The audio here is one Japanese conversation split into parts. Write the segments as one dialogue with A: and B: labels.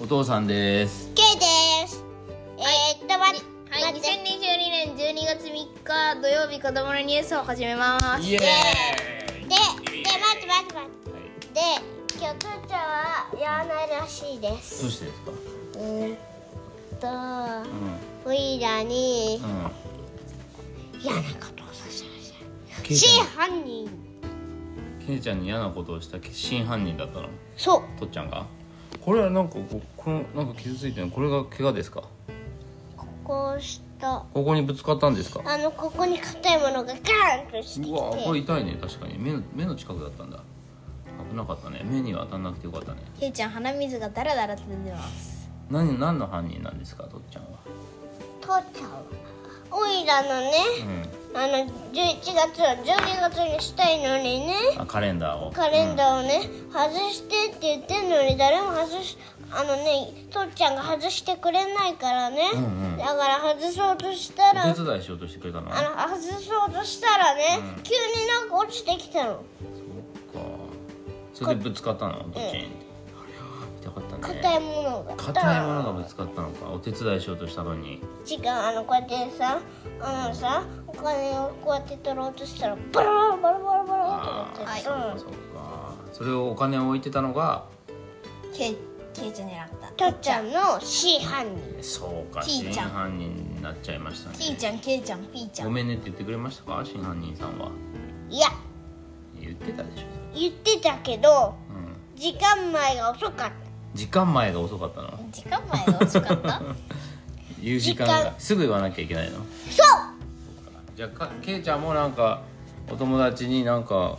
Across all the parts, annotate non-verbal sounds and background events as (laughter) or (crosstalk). A: お父さんです。
B: K です。えーっと、ま、
C: はい、
B: 待
C: 2022
B: って。
C: 年12月3日土曜日子供のニュースを始めます
A: イエー
B: で、で、
A: イ。
B: 待って待って待って。で、今日父ちゃんはやらないらしいです。
A: どうしてですか。
B: うーんと
A: う、ん
B: ウィーラーに
A: うん。
B: 嫌なことをさせまし
A: ケ
B: た。
A: イち
B: 真
A: ゃ
B: 犯人。
A: ん。ケイちゃんに嫌なことをした真犯人だったの。
B: そう。
A: とっちゃんが。これはなんかここのなんか傷ついてるのこれが怪我ですか。
B: ここをした。
A: ここにぶつかったんですか。
B: あの、ここに硬いものがガーンとしてき
A: うわこ
B: て
A: れ。痛いね確かに目の目の近くだったんだ。危なかったね目には当たんなくてよかったね。
C: けいちゃん鼻水がダラダラと出てます
A: 何何の犯人なんですかとっちゃんは。
B: 父ちゃんは。オイラのね、
A: う
B: あの、11月を12月にしたいのにね。
A: ん。あカレンダーを。
B: カレンダーをね、外してって言ってんのに誰も外しあのね父ちゃんが外してくれないからね、
A: うんうん
B: だから外そうとしたら
A: お
B: あ
A: 手伝いしようとしてくれたの。
B: の外そうとしたらね、急になんか落ちてきたの
A: そっかそれでぶつかったのどっちに、痛かったね
B: 硬いものが
A: 硬いものがぶつかったのかお手伝いしようとしたのに
B: 違うあのこうやってさあのさお金をこうやって取ろうとしたらバラバラバラバラバラってなっ
A: そ
B: て
A: うかそれをお金を置いてたのが
C: けいけいちゃん狙った
B: 父ちゃんの C 犯人
A: そうか
C: ち
A: 真
C: ーちゃん
A: 犯人になっちゃいましたね
C: T ちゃんけいちゃん P ちゃ
A: ご
C: ん
A: めんねって言ってくれましたか真犯人さんはい
B: や
A: 言ってたでしょ、
B: 言ってたけど
A: うん、
B: 時間前が遅かった
A: 時間前が遅かったの
C: 時間前が遅かった
A: 言う時間が
B: 時
A: すぐ言わなきゃいけないの
B: (laughs) そう
A: じゃあかけいちゃんもなんかお友達になんか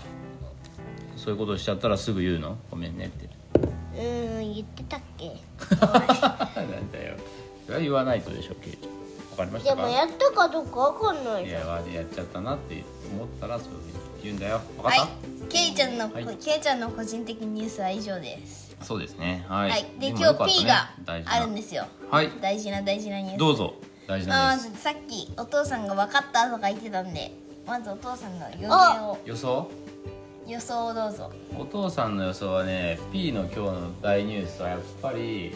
A: そういうことしちゃったらすぐ言うのごめんね
C: (laughs)
A: って
B: うーん言ってたっけ
A: なんだよ。それは言わないとでしょ、ケイちゃん。わかりまし
B: で
A: たか。
B: もやったかどうかわかんない
A: い
B: じゃん
A: や、わやっちゃったなって思ったら、そういうふうに言うんだよ。わかった。
C: はいけいちゃんの、
A: はい
C: けいちゃんの個人的ニュースは以上です
A: そうですね。はい。
C: はい、で
A: も
C: 今
A: よか
C: 日
A: った
C: P
A: ね
C: が
A: 大事な
C: あるんですよ
A: はい。
C: 大事な大事なニュース
A: どうぞ。大事
C: まあ
A: な
C: ま
A: ニュース。
C: ずさっきお父さんが分かったとか言ってたんでまずお父さんの予言を
A: 予想。
C: 予想をどうぞ
A: お父さんの予想はね、P の今日の大ニュースはやっぱり。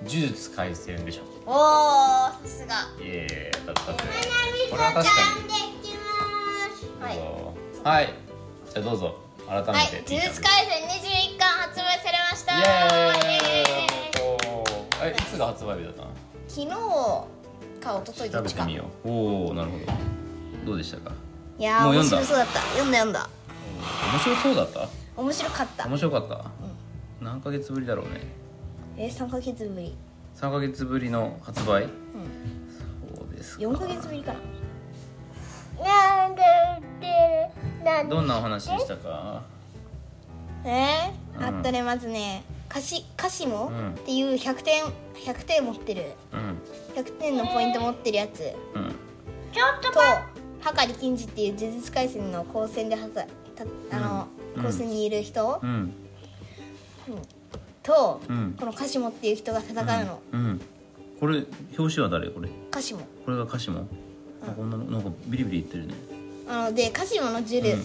A: 呪術廻戦でしょ。
C: おおさすが
A: イエーイ、当たったぜ。これは確かに。
B: できます
C: はい
A: はい。はい。じゃあどうぞ。改めて。
C: はい、呪術廻戦21巻発売されまし
A: イエーイ
C: たイエーイ
A: えいつが発売日だったの
C: 昨日か一昨日ど
A: 調
C: っ
A: べ
C: ち
A: て
C: か
A: み
C: い
A: ようおおなるほどどうでしたか
C: やー
A: もう
C: 面
A: 読んだ
C: 白そうだった読んだ読んだ
A: 面白そうだった
C: 面白かった
A: 面白かった、何ヶ月ぶりだろうね
C: えー、3ヶ月ぶり
A: 3ヶ月ぶりの発売、そうですか
C: 4ヶ月ぶりかな
B: なんで言ってるなんで
A: どんなお話でしたか
C: え
A: うん
C: ー、あったねまずね歌詞歌詞も、
A: うん
C: っていう100点100点持ってる
A: うん
C: 100点のポイント持ってるやつ、
A: うん
B: ちょっと
C: とはり金次っていう呪術廻戦の高専ではたたあの、
A: うん
C: 高専にいる人
A: うん
C: と、
A: うん
C: このカシモっていう人が戦うの、
A: うんこれ表紙は誰これ
C: カシモ
A: これが歌詞も、あこんなのなんかビリビリいってるね
C: あのでカシモの呪力、
A: うん
C: 呪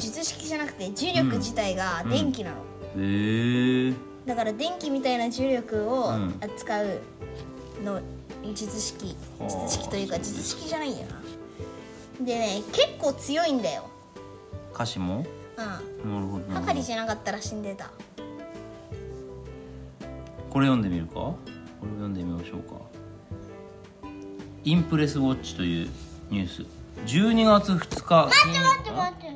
C: 術式じゃなくて重力自体が電気なの、
A: へえー、
C: だから電気みたいな重力を
A: うん
C: 扱うの術式
A: はあ
C: 術式というか術式じゃないんやなでね結構強いんだよ
A: 歌詞も
C: う
A: なるほど
C: ん
A: なる
C: はか
A: ほど
C: りじゃなかったら死んでた
A: これ読んでみるかこれ読んでみましょうか「インプレスウォッチ」というニュース12月2日待
B: って待って待って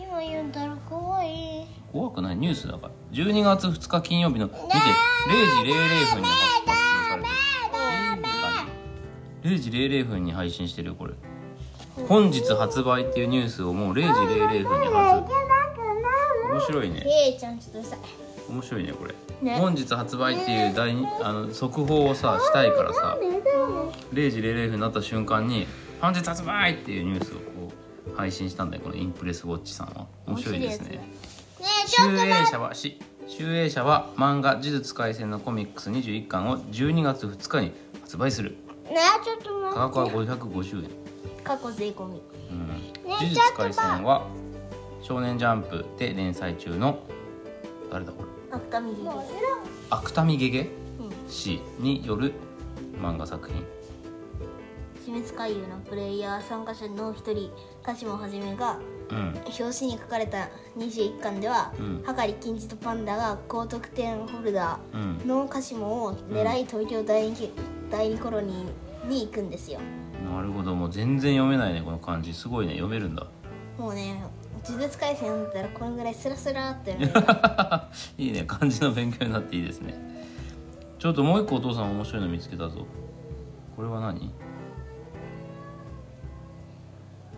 B: 今言うんだろ怖い
A: 怖くないニュースだから12月2日金曜日の見て0時00分に発表されてる0時00分に配信してるよこれ本日発売っていうニュースをもう0時00分に発面白いね
C: けいちゃんちょっとうるさい
A: 面白いねこれ
C: ね
A: 本日発売っていう大にあの速報をさしたいからさ0時00分になった瞬間に「本日発売!」っていうニュースをこう配信したんだよこのインプレスウォッチさんは面白いですね
B: ねえちょっ
A: 集英社はし集英社は漫画「呪術廻戦」のコミックス21巻を12月2日に発売する
B: とねえちょっと
A: 価
B: 待
A: 格は550円
C: 過去税込み
A: うん
B: ね
A: 呪術廻戦は「少年ジャンプ」で連載中の誰だこれ
C: 赤み
B: もちろん
A: 芥見ゲゲ
C: う
A: 氏による漫画作品
C: 鬼滅回遊のプレイヤー参加者の一人鹿島はじめが
A: うん
C: 表紙に書かれた21巻では、
A: うん
C: はかり金次とパンダが高得点ホルダ
A: う
C: ー
A: ん
C: の鹿島を狙い東京第二第二コロニーに行くんですよ
A: なるほどもう全然読めないねこの漢字すごいね読めるんだ
C: もうね呪術廻戦だったらこのぐらいスラスラって読める
A: (laughs) いいね漢字の勉強になっていいですねちょっともう一個お父さん面白いの見つけたぞこれは何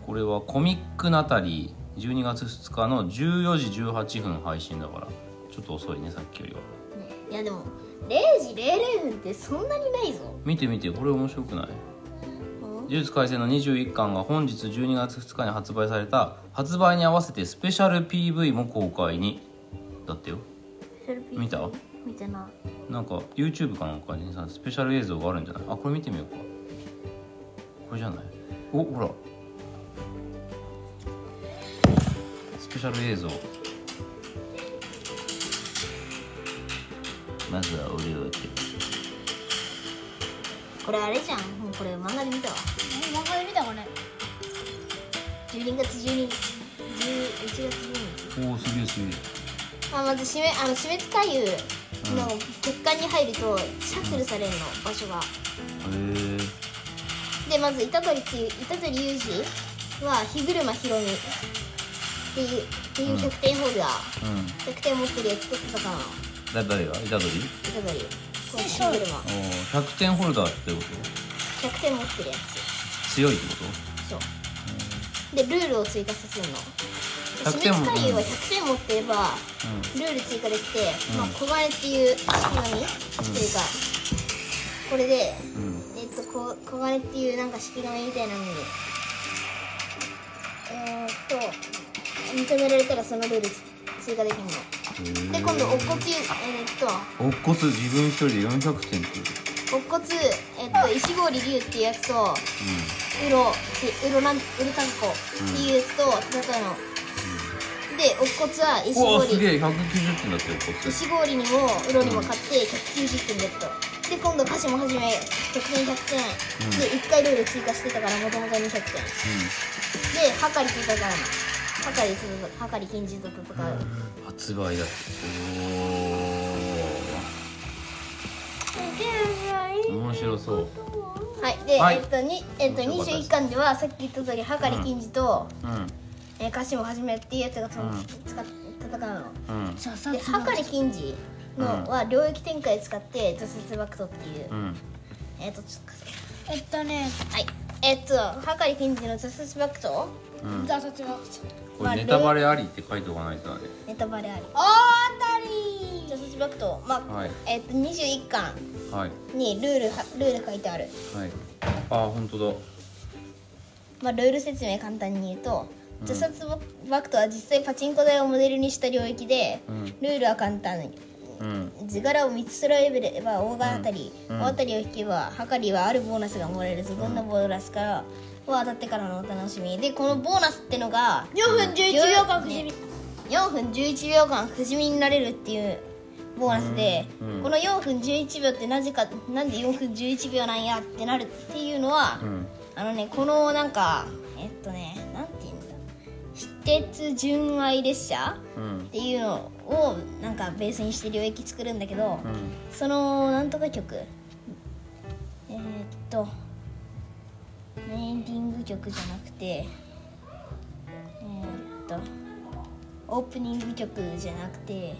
A: これはコミックナタリー12月2日の14時18分配信だからちょっと遅いねさっきよりはい
C: やでも0時00分ってそんなにないぞ
A: 見て見てこれ面白くない呪術廻戦の21巻が本日12月2日に発売された発売に合わせてスペシャル PV も公開にだってよ (laughs) 見た
C: 見てな
A: なんか YouTube かなんかにさスペシャル映像があるんじゃないあこれ見てみようかこれじゃないおほらスペシャル映像まずは俺をやって
C: これあれじゃんもうこれ漫画で見たわ
B: 漫画で見たこれ
C: 12月12 11月12日
A: おおすげえすげえ
C: まあ、まずしめあの死滅回遊の血管に入るとシャッフルされるの場所が
A: へえ
C: でまず虎杖っていう虎杖雄二は日車ひろみっていうっていう100点ホルダー
A: うん
C: 100点持ってるやつと戦うの
A: だ誰が虎杖
C: 虎杖この日車
A: おお100点ホルダーってこと
C: 100点持ってるやつ
A: 強いってこ
C: そうでルールを追加させるの
A: 100
C: で死
A: 点も
C: 滅回遊は100点持ってれば
A: とうん
C: ルール追加できて、
A: うん
C: まあ小金っていう仕組みというか、これで
A: うん
C: えっと、こ小金っていうなんか式紙みたいなのにえー、っと認められたらそのルール追加できるので今度乙骨えー、っと
A: おっこつ自分一人で400点っていう
C: 乙骨えっと石郡龍っていうやつとウロでウロなんウルタンコっていうやつと戦うの、で乙骨は石
A: うんおおす
C: 郡
A: げえ190点だっておっこつ
C: 石郡にもウロにも勝って190点ゲットで今度鹿島はじめ得点100点、
A: うん
C: で1回ルール追加してたからもともと200点で、はかりと戦うの。はかりと戦う、はかり金次と戦う。
A: うん発売だっておお面白そう
C: はい、で、
A: はい
C: えっと、に、えっと、
A: 面白
C: 二
A: かった
C: 十
A: です
C: 一巻では、さっき言った通り、はかり金次と。
A: うん
C: えー、かしもはじめっていうやつがと、
A: うん
C: 使っ、戦う
A: うん
C: の。で、はかり金次
A: うん
C: のは領域展開使って、除雪バクトっていう
A: う。ん
C: えっと、ちょっと貸せ
B: えっとね
C: はい、えっと、はかり金次の除雪バクト。
A: うん
B: ザサチは
A: これネタバレありって書いておかないとだね
C: ネタバレあり。
B: 大当た
C: 除
B: り
C: 雪バクト、まあ、
A: はい
C: えっと、二十一巻
A: はい
C: にルールは、ルール書いてある。
A: はいああ本当だ
C: まあ、ルール説明簡単に言うと自殺バクトは実際パチンコ台をモデルにした領域で、
A: うん
C: ルールは簡単に
A: うん
C: 図柄を3つ揃えれば大当たり、
A: うん
C: 大当たりを引けばはかりはあるボーナスがもらえるぞどんなボーナスからは当たってからのお楽しみでこのボーナスってのが
B: 4分11秒間くじ引き
C: 4分11秒間くじみになれるっていうボーナスで、
A: うんうん
C: この4分11秒ってなぜかなんで4分11秒なんやってなるっていうのは、
A: うん
C: あのねこのなんかえっとねなんて言うんだ私鉄純愛列車
A: うん
C: っていうのをなんかベースにして領域作るんだけど、
A: うん
C: そのなんとか曲えーっとエンディング曲じゃなくてえーっとオープニング曲じゃなくて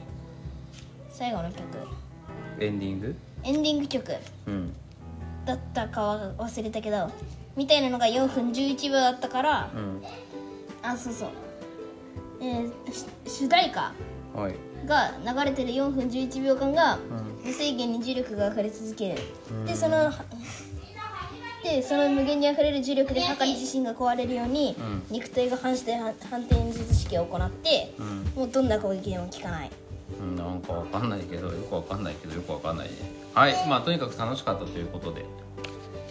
C: 最後の曲
A: エンディング
C: エンディング曲
A: うん
C: だったかは忘れたけどみたいなのが4分11秒だったから
A: うん
C: あそうそう、えーし主題歌
A: はい
C: が流れてる4分11秒間が
A: ん
C: 無制限に重力が溢れ続ける、でその (laughs) でその無限に溢れる重力で測り自身が壊れるように、
A: うん
C: 肉体が反して反反転術式を行って、
A: うん
C: もうどんな攻撃でも効かない
A: うんなんかわかんないけどよくわかんないけどよくわかんないねはいまあとにかく楽しかったということで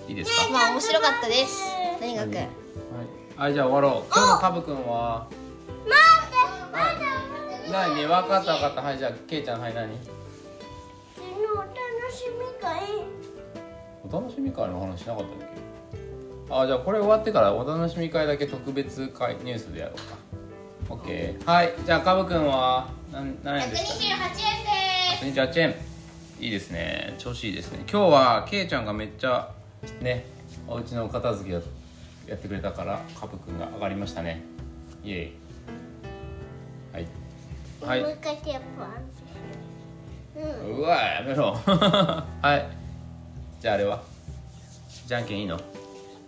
A: いいですか
C: まあ面白かったですとにかく、
A: はい、はい、じゃあ終わろう今日のカブくんは
B: まだまだ
A: 何分かった分かったはいじゃあけいちゃんはい何
B: 昨日お楽しみ会
A: お楽しみ会の話しなかったっけあじゃあこれ終わってからお楽しみ会だけ特別会ニュースでやろうか OK はいじゃあカブくんは何何円
D: 百
A: で
D: 二
A: した
D: 十八円です。
A: 128円いいですね調子いいですね今日はけいちゃんがめっちゃねお家のお片付けをやってくれたからカブくんが上がりましたねイエイはいはい
B: もう一回テープあるうん
A: うわやめろ (laughs) はいじゃああれはじゃんけんいいの
D: は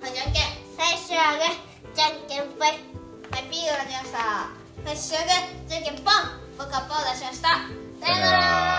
D: い、じゃんけん。
B: 最初はグーじゃんけんぽい
D: はい、ピーが出ました。はい、しゅうぐ、じゃんけんぽん。僕はポー出しました。さよな
A: さよなら
D: ら。